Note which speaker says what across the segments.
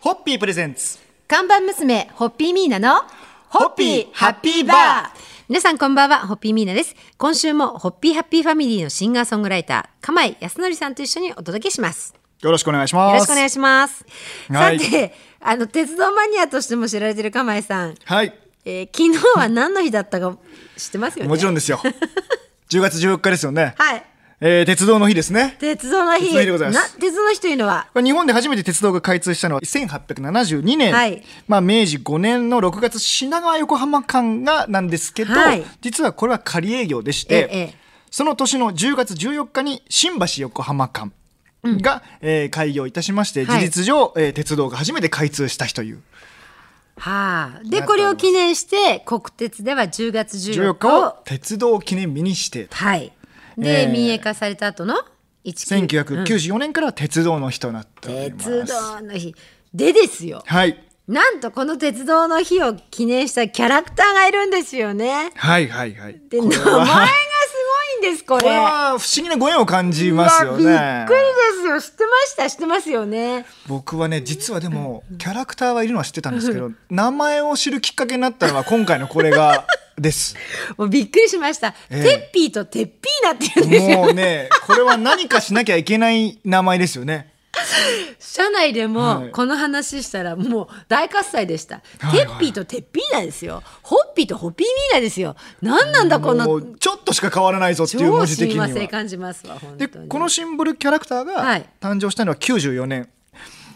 Speaker 1: ホッピープレゼンツ
Speaker 2: 看板娘、ホッピーミーナの、
Speaker 1: ホッピーハッピーバー
Speaker 2: 皆さんこんばんは、ホッピーミーナです。今週も、ホッピーハッピーファミリーのシンガーソングライター、釜井康則さんと一緒にお届けします。
Speaker 1: よろしくお願いします
Speaker 2: よろしくお願いします。
Speaker 1: はい
Speaker 2: さて、あの、鉄道マニアとしても知られてる釜井さん、
Speaker 1: はい
Speaker 2: えー昨日は何の日だったか知ってますよね。
Speaker 1: もちろんです よ10月14日ですよね、
Speaker 2: はい。
Speaker 1: えー鉄道の日ですね
Speaker 2: 鉄道の日。
Speaker 1: 鉄道の日でございます
Speaker 2: な鉄道の日というのは、
Speaker 1: これ日本で初めて鉄道が開通したのは1872年、
Speaker 2: はい
Speaker 1: まあ、明治5年の6月品川横浜間がなんですけど、
Speaker 2: はい
Speaker 1: 実はこれは仮営業でし
Speaker 2: え
Speaker 1: て、
Speaker 2: えええ
Speaker 1: その年の10月14日に新橋横浜間が、えー開業いたしまして
Speaker 2: は
Speaker 1: 事
Speaker 2: い
Speaker 1: 実上、えー鉄道が初めて開通した日という
Speaker 2: はあ、で、これを記念して、国鉄では10月
Speaker 1: 14
Speaker 2: 14
Speaker 1: 日
Speaker 2: 日
Speaker 1: を
Speaker 2: を、
Speaker 1: 鉄道記念日にして
Speaker 2: はい。で、
Speaker 1: えー
Speaker 2: 民営化された後の19
Speaker 1: 1994年からは鉄道の日となっております。
Speaker 2: 鉄道の日でですよ
Speaker 1: はい
Speaker 2: なんとこの鉄道の日を記念したキャラクターがいるんですよね
Speaker 1: はいはいはい。
Speaker 2: で名
Speaker 1: これ
Speaker 2: 前
Speaker 1: は
Speaker 2: がすごいんですこれ
Speaker 1: これは不思議なご縁を感じますよね。
Speaker 2: うわびっくりですよ知ってました知ってますよね
Speaker 1: 僕はね実はでもキャラクターはいるのは知ってたんですけど名前を知るきっかけになったのは今回のこれが です
Speaker 2: もうびっくりしました、
Speaker 1: ええ
Speaker 2: テッピーとテッピーナっていうんですよ
Speaker 1: もうねこれは何かしなきゃいけない名前ですよね
Speaker 2: 社内で
Speaker 1: は
Speaker 2: も
Speaker 1: い
Speaker 2: この話したらもう大喝采でした、
Speaker 1: はいはい
Speaker 2: テッピーとテッピーナですよホッピーとホッピーミーナですよ何なんだこ
Speaker 1: も
Speaker 2: の
Speaker 1: うちょっとしか変わらないぞっていう文
Speaker 2: 超
Speaker 1: 字的
Speaker 2: 親
Speaker 1: には
Speaker 2: 和性感じますわ本当
Speaker 1: で
Speaker 2: に
Speaker 1: このシンボルキャラクター
Speaker 2: は
Speaker 1: が
Speaker 2: い
Speaker 1: 誕生したのは94年、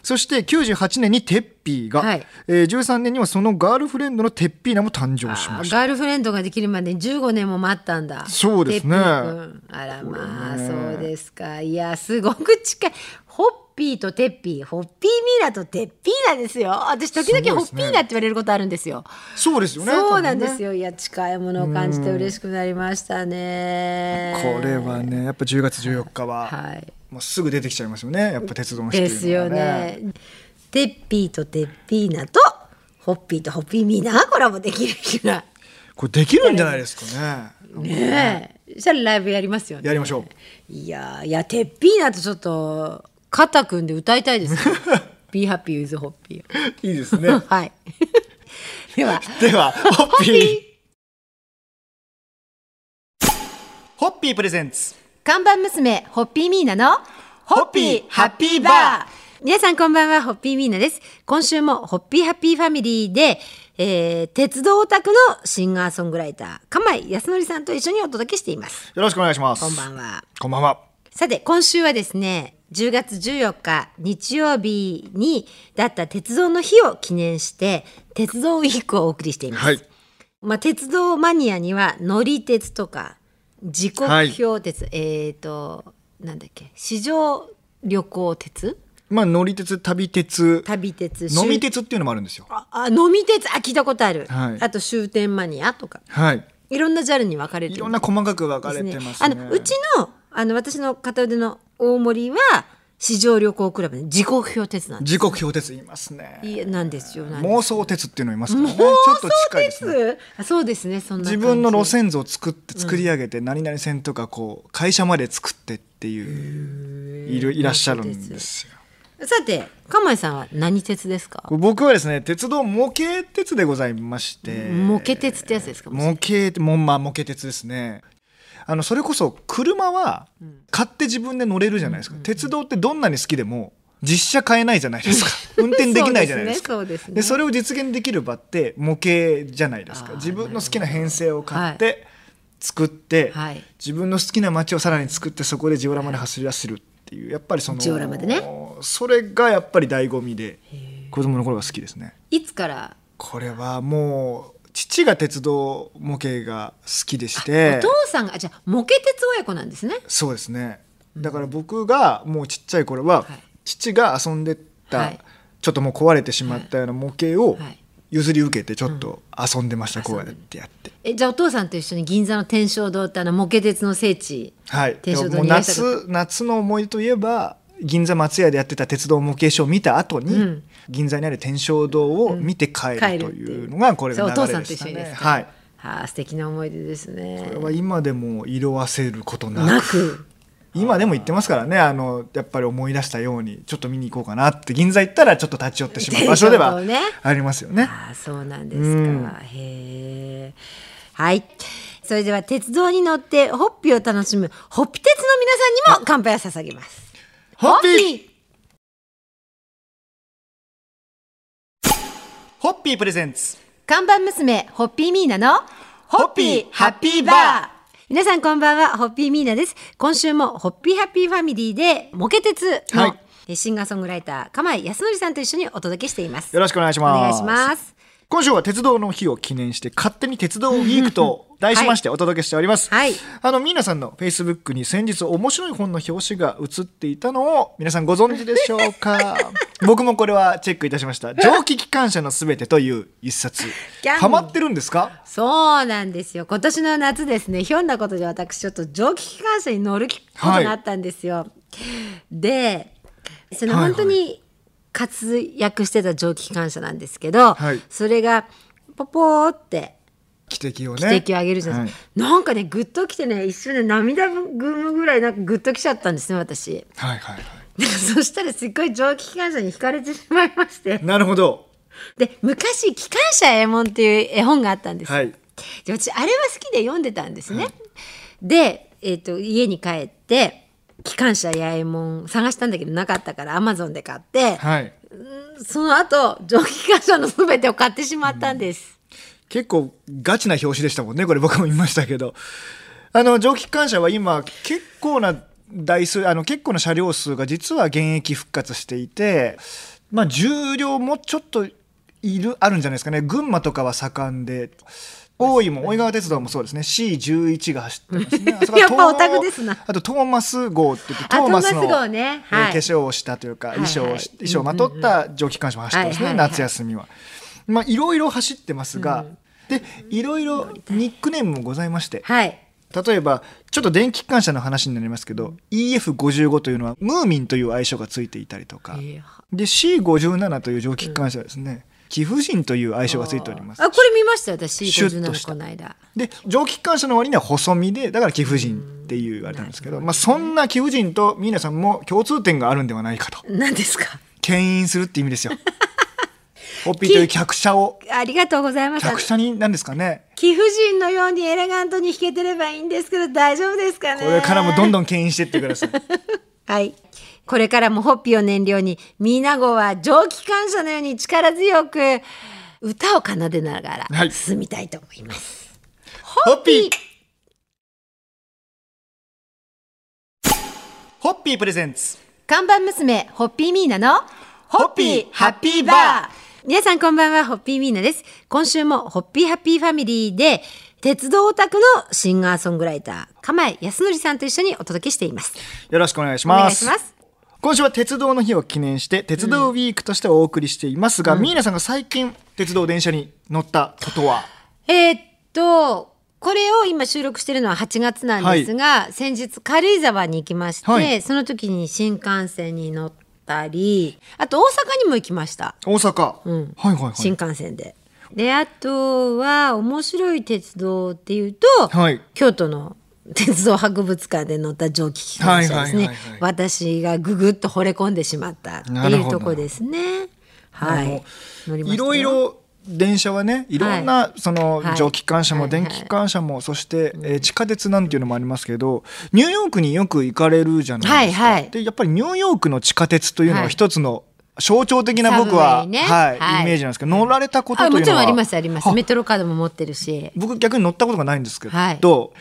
Speaker 1: そして98年にテッピーが、
Speaker 2: はい
Speaker 1: えー13年にはそのガールフレンドのテッピーナも誕生しました
Speaker 2: ガールフレンドができるまでに15年も待ったんだ
Speaker 1: そうですね
Speaker 2: てっぴーくんあらまあそうですかいやすごく近いホッピーとテッピーホッピーミーナとテッピーナですよ私時
Speaker 1: すご
Speaker 2: 々
Speaker 1: い
Speaker 2: ホ
Speaker 1: です
Speaker 2: ッ
Speaker 1: ね
Speaker 2: ピーナって言われることあるんですよ
Speaker 1: そうですよね
Speaker 2: そうなんです
Speaker 1: よ
Speaker 2: よいや近いものを感じて嬉しくなりましたね
Speaker 1: これはねやっぱ10月14日は、
Speaker 2: はい
Speaker 1: もうすぐ出てきちゃいますよねやっぱ鉄道の日って
Speaker 2: で
Speaker 1: いうのは
Speaker 2: すよねテッピーとテッピーナとホッピーとホッピーミーナがコラボできる日が
Speaker 1: これできるんじゃないですかね
Speaker 2: ねえそしたらライブやりますよね
Speaker 1: やりましょう
Speaker 2: いやーいやてっぴーなとちょっと肩組んで歌いたいです よ Be happy with hoppy
Speaker 1: いいです ね
Speaker 2: はいでは
Speaker 1: ではホッピ
Speaker 2: ホッ
Speaker 1: ー
Speaker 2: ピー
Speaker 1: ホッピープレゼンツ
Speaker 2: 看板娘ホッピーミーナの
Speaker 1: ホッピーハッピーバー
Speaker 2: 皆さんこんばんはホッピーミーナです今週もホッピーハッピーファミリーで、えー、鉄道オタクのシンガーソングライター釜井康則さんと一緒にお届けしています
Speaker 1: よろしくお願いします
Speaker 2: こんばんは
Speaker 1: こんばんは
Speaker 2: さて今週はですね10月14日日曜日にだった鉄道の日を記念して鉄道ウィークをお送りしています、
Speaker 1: はい
Speaker 2: まあ、鉄道マニアには乗り鉄とか時刻表鉄、えっ、となんだっけ市場旅行鉄
Speaker 1: まあ乗り鉄旅鉄
Speaker 2: 旅鉄
Speaker 1: 飲み
Speaker 2: 終
Speaker 1: 鉄っていうのもあるんですよ
Speaker 2: ああ飲み鉄あ聞いたことある、
Speaker 1: はい
Speaker 2: あと終点マニアとか
Speaker 1: はい
Speaker 2: いろんなジャルに分かれて
Speaker 1: い
Speaker 2: る
Speaker 1: ろんな細かく分かれ
Speaker 2: で
Speaker 1: て
Speaker 2: すね
Speaker 1: ますね
Speaker 2: あのうちのあの私の片腕の大森は市場旅行クラブで時刻表鉄なんで
Speaker 1: 時刻表鉄いますね
Speaker 2: すいやなんですよなんです
Speaker 1: 妄想鉄っていうのいますからねちょっと近いですね
Speaker 2: あそうですねそんな
Speaker 1: 自
Speaker 2: 感じ
Speaker 1: 分の路線図を作って作り上げて、何々線とかこう会社まで作ってっていういるいらっしゃるんですよ
Speaker 2: さて釜井さんは何鉄ですか
Speaker 1: 僕はですね鉄道模型鉄でございまして
Speaker 2: 模型鉄ってやつですかもし
Speaker 1: 模型もまあ模型鉄ですねあのそれこそ車は買って自分で乗れるじゃないですか、鉄道ってどんなに好きでも実車買えないじゃない ですか運転できないじゃないですか
Speaker 2: そうですねそうですね
Speaker 1: それを実現できる場って模型じゃないです
Speaker 2: あ
Speaker 1: か
Speaker 2: ー
Speaker 1: 自分の好きな編成を買って、作って、
Speaker 2: はい
Speaker 1: 自分の好きな街をさらに作ってそこでジオラマで走り出せるっていうやっぱりその
Speaker 2: ジオラマでね
Speaker 1: それがやっぱり醍醐味で子供の頃が好きですね。
Speaker 2: いつから
Speaker 1: これはもう父が鉄道模型が好きでして
Speaker 2: お父さんがあじゃあ模型鉄親子なんですね
Speaker 1: そうですねだから僕がもうちっちゃい頃は、
Speaker 2: はい
Speaker 1: 父が遊んでった、
Speaker 2: はい
Speaker 1: ちょっともう壊れてしまったような模型を
Speaker 2: はい
Speaker 1: 譲り受けてちょっと遊んでました、
Speaker 2: うん
Speaker 1: こうやってやって。
Speaker 2: えじゃあお父さんと一緒に銀座の天正堂ってあの模型鉄の聖地
Speaker 1: はい、
Speaker 2: 天正
Speaker 1: でも
Speaker 2: 堂
Speaker 1: もう
Speaker 2: にいらっしゃる
Speaker 1: 夏夏の思い出といえば銀座松屋でやってた鉄道模型ショーを見た後に、
Speaker 2: うん
Speaker 1: 銀座にある天正堂を見て帰ると
Speaker 2: 帰るって
Speaker 1: いうのがこれ
Speaker 2: そう
Speaker 1: が流
Speaker 2: お
Speaker 1: れ
Speaker 2: 父さ
Speaker 1: で
Speaker 2: ん
Speaker 1: し
Speaker 2: と一
Speaker 1: た
Speaker 2: 緒にです
Speaker 1: ね。
Speaker 2: か、
Speaker 1: はい、
Speaker 2: あー素敵な思い出ですね
Speaker 1: これは今でも色あせることなく
Speaker 2: なく
Speaker 1: 今でも行ってますからねあのやっぱり思い出したようにちょっと見に行こうかなって銀座行ったらちょっと立ち寄ってしまう場所では
Speaker 2: そうね
Speaker 1: ありますよね。
Speaker 2: ああそうなんですか、
Speaker 1: うん
Speaker 2: へえはいそれでは鉄道に乗ってホッピーを楽しむホッピ鉄の皆さんにも乾杯を捧げます
Speaker 1: ホッピーホッピープレゼンツ
Speaker 2: 看板娘ホッピーミーナの
Speaker 1: ホッピーハッピーバー
Speaker 2: 皆さんこんばんはホッピーミーナです今週もホッピーハッピーファミリーでモケ鉄の、
Speaker 1: はい
Speaker 2: えシンガーソングライター釜井康則さんと一緒にお届けしています
Speaker 1: よろしくお願いし
Speaker 2: お
Speaker 1: ます。
Speaker 2: 願いします
Speaker 1: 今週は鉄道の日を記念して勝手に鉄道ウィークと題しましてお届けしております、
Speaker 2: はい
Speaker 1: あの皆さんのフェイスブックに先日面白い本の表紙が映っていたのを皆さんご存知でしょう か僕もこれはチェックいたしました蒸気機関車のすべてという一冊
Speaker 2: ギャン
Speaker 1: ハマってるんですか
Speaker 2: そうなんですよ今年の夏ですねひょんなことで私ちょっと蒸気機関車に乗ることになったんですよ、でその
Speaker 1: はいはい
Speaker 2: 本当に活躍してた蒸気機関車なんですけど、
Speaker 1: はい
Speaker 2: それがポポーって
Speaker 1: 汽笛をね
Speaker 2: 汽笛を上げるじゃないですか、なんかねぐっときてね一瞬で涙ぐむぐらいなんかぐっときちゃったんですね私
Speaker 1: はい、はいはいは
Speaker 2: そしたらすっごい蒸気機関車に惹かれてしまいまして
Speaker 1: いなるほど
Speaker 2: で昔「機関車えもん」っていう絵本があったんですよ、
Speaker 1: はい
Speaker 2: で私あれは好きで読んでたんですね、で、えー、と家に帰って機関車八重門探したんだけどなかったからアマゾンで買って、
Speaker 1: はい
Speaker 2: その後蒸気機関車の全てを買ってしまったんです、
Speaker 1: 結構ガチな表紙でしたもんねこれ僕も見ましたけどあの蒸気機関車は今結構な台数あの結構な車両数が実は現役復活していてまあ重量もちょっといるあるんじゃないですかね群馬とかは盛んで大井も大井川鉄道もそうですね C11 が走ってます ねあそこは
Speaker 2: やっぱオタク
Speaker 1: 東
Speaker 2: ですな
Speaker 1: あとトーマス号って言って
Speaker 2: あ
Speaker 1: トーマスの
Speaker 2: トーマス号ねは
Speaker 1: え
Speaker 2: い
Speaker 1: ー化粧をしたというか
Speaker 2: はい
Speaker 1: 衣装
Speaker 2: はい
Speaker 1: をし衣装をまとった蒸気機関車も走ってますね
Speaker 2: はいはいはい
Speaker 1: 夏休みは。まあ、いろいろ走ってますが、でいろいろニックネームもございまして
Speaker 2: はい
Speaker 1: 例えばちょっと電気機関車の話になりますけど、EF55 というのはムーミンという愛称がついていたりとか、
Speaker 2: えー
Speaker 1: で C57 という蒸気機関車はですね、貴婦人という愛称がついております
Speaker 2: あこれ見ましたよ私
Speaker 1: シュッとし
Speaker 2: 57
Speaker 1: た
Speaker 2: この間
Speaker 1: で蒸気機関車の割には細身でだから貴婦人っていうあれなんですけど、まあ、そんな貴婦人と皆さんも共通点があるんではないかと
Speaker 2: 何ですか
Speaker 1: 牽引するって意味です よホッピーという客車を
Speaker 2: ありがとうございました
Speaker 1: 客車になんですかね
Speaker 2: 貴婦人のようにエレガントに弾けてればいいんですけど大丈夫ですかね
Speaker 1: これからもどんどん牽引してってください。
Speaker 2: はい。これからもホッピーを燃料に、みなごは蒸気機関車のように力強く歌を奏でなが
Speaker 1: は
Speaker 2: ら
Speaker 1: い
Speaker 2: 進みたいと思います。
Speaker 1: ホッピーホッピープレゼンツ。
Speaker 2: 看板娘、ホッピーミーナの、
Speaker 1: ホッピーハッピーバー
Speaker 2: 皆さんこんばんは、ホッピーミーナです。今週もホッピーハッピーファミリーで、鉄道オタクのシンガーソングライター、釜井康則さんと一緒にお届けしています。
Speaker 1: よろしくお願いし
Speaker 2: お願
Speaker 1: ま
Speaker 2: いし
Speaker 1: す。
Speaker 2: ます。
Speaker 1: 今週は鉄道の日を記念して鉄道ウィークとしてお送りしていますが、ミーナさんが最近鉄道電車に乗ったことは、
Speaker 2: えーっとこれを今収録してるのは8月なんですが、先日軽井沢に行きまして、
Speaker 1: はい
Speaker 2: その時に新幹線に乗ったりあと大阪にも行きました
Speaker 1: 大阪。
Speaker 2: ん
Speaker 1: はいはいはい
Speaker 2: 新。幹線で。であとは面白い鉄道っていうと、
Speaker 1: はい
Speaker 2: 京都の鉄道博物館で乗った蒸気機関車で
Speaker 1: はいは
Speaker 2: すね、
Speaker 1: いはいはい
Speaker 2: 私がぐぐっと惚れ込んでしまったって
Speaker 1: ないる
Speaker 2: う
Speaker 1: ほど
Speaker 2: とこですね。
Speaker 1: あ
Speaker 2: は
Speaker 1: の
Speaker 2: い、乗りま
Speaker 1: い
Speaker 2: したよ
Speaker 1: ろいろ電車はねいろんなその
Speaker 2: はい
Speaker 1: 蒸気機関車
Speaker 2: は
Speaker 1: も
Speaker 2: い
Speaker 1: 電気機関車もそしてえー地下鉄なんていうのもありますけどニューヨークによく行かれるじゃないです
Speaker 2: はい
Speaker 1: か
Speaker 2: はい
Speaker 1: でやっぱりニューヨークの地下鉄というの
Speaker 2: は
Speaker 1: はい一つの象徴的な僕
Speaker 2: サブウ
Speaker 1: は
Speaker 2: ェイね
Speaker 1: は
Speaker 2: はい
Speaker 1: いイメージなんですけど乗られたこと
Speaker 2: あ
Speaker 1: と
Speaker 2: も
Speaker 1: いう
Speaker 2: ち
Speaker 1: の
Speaker 2: ろん
Speaker 1: は
Speaker 2: ありますあります
Speaker 1: は
Speaker 2: メトロカードも持ってるし
Speaker 1: 僕逆に乗ったことがないんですけ
Speaker 2: はい
Speaker 1: ど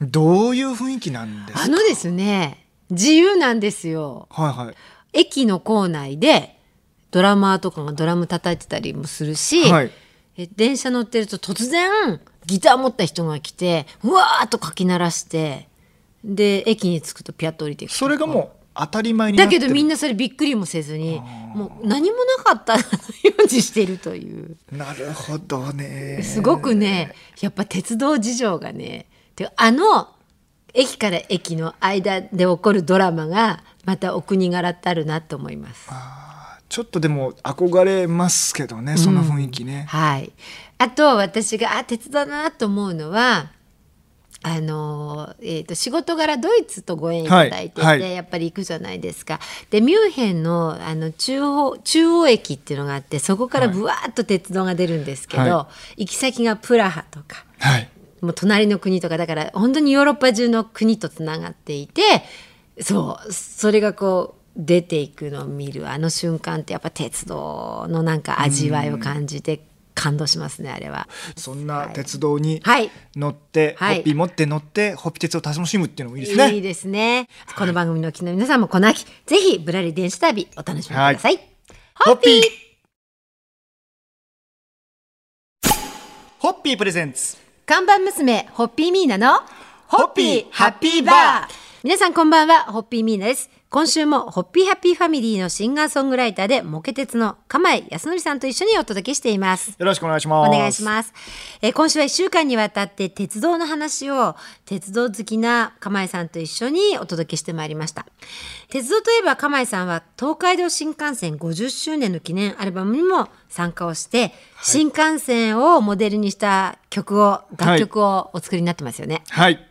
Speaker 1: どういう雰囲気なんです
Speaker 2: あ
Speaker 1: か
Speaker 2: のですね自由なんですよ
Speaker 1: はいはい
Speaker 2: 駅の構内でドラマーとかがドラム叩いてたりもするし、
Speaker 1: はい
Speaker 2: え電車乗ってると突然ギター持った人が来てうわーっとかき鳴らしてで駅に着くとピャッと降りていく
Speaker 1: それがもう当たり前にな
Speaker 2: だ
Speaker 1: って
Speaker 2: け
Speaker 1: る
Speaker 2: どみんなそれびっくりもせずにもう何もなかったようにしてるという
Speaker 1: なるほどね
Speaker 2: すごくねやっぱ鉄道事情がねであの駅から駅の間で起こるドラマがまたお国柄ってあるなと思います。
Speaker 1: ちょっとでも憧れますけどねその雰囲気ね
Speaker 2: はい、あと私があ鉄道だなと思うのはあのーえー、と仕事柄ドイツとご縁いただいてて、
Speaker 1: はいはい
Speaker 2: やっぱり行くじゃないですか。でミュンヘンのあの中央中央駅っていうのがあってそこからぶわーっと鉄道が出るんですけど、
Speaker 1: は
Speaker 2: 行き先がプラハとか
Speaker 1: はい
Speaker 2: もう隣の国とかだから本当にヨーロッパ中の国とつながっていてそうそれがこう出ていくのを見るあの瞬間ってやっぱ鉄道のなんか味わいを感じて感動しますねあれは。
Speaker 1: そんな鉄道に
Speaker 2: はい
Speaker 1: 乗って、
Speaker 2: はい
Speaker 1: ホッピー持って乗ってホッピー鉄を楽しむっていうのもいいですね。
Speaker 2: いいですね。この番組のお聞きの皆さんもこの秋、ぜひぶらり電車旅お楽しみください。
Speaker 1: ホッピーホッピープレゼンツ
Speaker 2: 看板娘、ホッピーミーナの、
Speaker 1: ホッピーハッピーバー
Speaker 2: 皆さんこんばんは、ホッピーミーナです。今週も、ホッピーハッピーファミリーのシンガーソングライターで、モケ鉄の釜井康則さんと一緒にお届けしています。
Speaker 1: よろしくお願いします。
Speaker 2: お願いします。えー今週は1週間にわたって鉄道の話を鉄道好きな釜井さんと一緒にお届けしてまいりました。鉄道といえば釜井さんは東海道新幹線50周年の記念アルバムにも参加をして、新幹線をモデルにした曲を楽曲をお作りになってますよね。
Speaker 1: はい。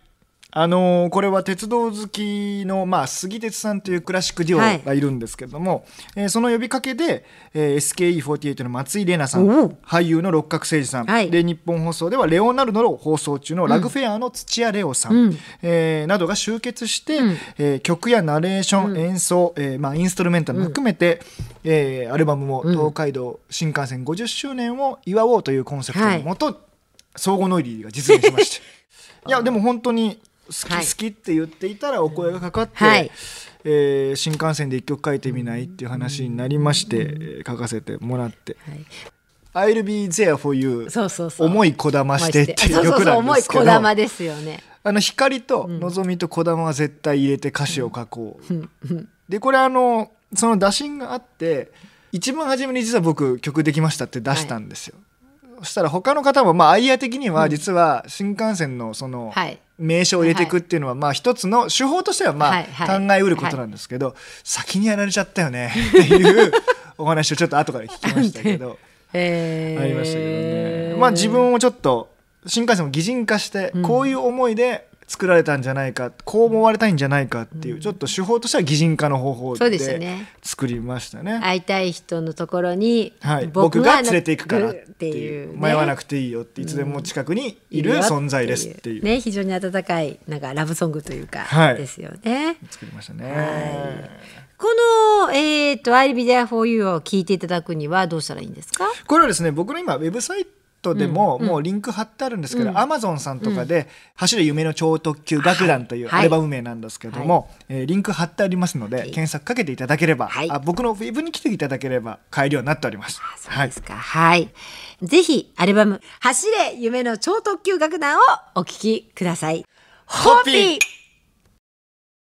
Speaker 1: あのーこれは鉄道好きの、まあ、杉鉄さんというクラシックデ
Speaker 2: は
Speaker 1: ュ
Speaker 2: い
Speaker 1: オがいるんですけれども、えーその呼びかけで、えー SKE48 の松井玲奈さん、
Speaker 2: おう
Speaker 1: 俳優の六角誠児さん、
Speaker 2: はい
Speaker 1: で日本放送ではレオナルドの放送中のラグフェアの土屋レオさん、
Speaker 2: うん
Speaker 1: えーなどが集結して、
Speaker 2: うん
Speaker 1: えー曲やナレーション、演奏、えーまあ、インストルメンタルも含めて、えーアルバムも東海道新幹線50周年を祝おうというコンセプトのもと、相互ノイリーが実現しました。 いやでも本当に好き、
Speaker 2: はい
Speaker 1: 好きって言っていたらお声がかかって、
Speaker 2: はい
Speaker 1: えー新幹線で一曲書いてみないっていう話になりまして、えー書かせてもらって
Speaker 2: はい
Speaker 1: 「I'll be there for you
Speaker 2: そうそうそう。
Speaker 1: 思いこだまして」っていう曲なんですけ
Speaker 2: そうそうそう思いこ
Speaker 1: ど
Speaker 2: だまですよね。
Speaker 1: あの光とのぞみとこだまは絶対入れて歌詞を書こう。でこれあのその打診があって一番初めに実は僕曲できましたって出したんですよ。そしたら他の方もまあアイデア的には実は新幹線のその
Speaker 2: はい
Speaker 1: 名称を入れていくっていうのはまあ一つの手法としてはま
Speaker 2: は
Speaker 1: あ
Speaker 2: いはい
Speaker 1: 考えうることなんですけど先にやられちゃったよねっていうお話をちょっと後から聞きましたけ ど。
Speaker 2: えー
Speaker 1: ありましたけどね、まあ自分をちょっと新幹線を擬人化してこういう思いで作られたんじゃないか、こう思われたいんじゃないかっていうちょっと手法としては擬人化の方法
Speaker 2: そうです
Speaker 1: で
Speaker 2: よね
Speaker 1: 作りましたね。
Speaker 2: 会いたい人のところに、
Speaker 1: はい、僕が連れていくからっ
Speaker 2: っててい
Speaker 1: いうう、
Speaker 2: ね、
Speaker 1: 迷わなくていいよっていつでも近くにいる
Speaker 2: よっていう
Speaker 1: 存在ですっていう
Speaker 2: ね非常に温かいなんかラブソングというか、
Speaker 1: はい
Speaker 2: ですよね
Speaker 1: 作りましたね、
Speaker 2: このえっ、と「I'll be there for you」を聞いていただくにはどうしたらいいんですか
Speaker 1: これはですね僕の今ウェブサイトでも、もうリンク貼ってあるんですけど、アマゾンさんとかで「走る夢の超特急楽団」という
Speaker 2: はい
Speaker 1: アルバム名なんですけども、えーリンク貼ってありますので、検索かけていただければ、
Speaker 2: はい
Speaker 1: あ僕のウェブに来ていただければ買えるようになっております。
Speaker 2: そうですかはい、ぜひアルバム「走れ夢の超特急楽団」をお聴きくださいホッピー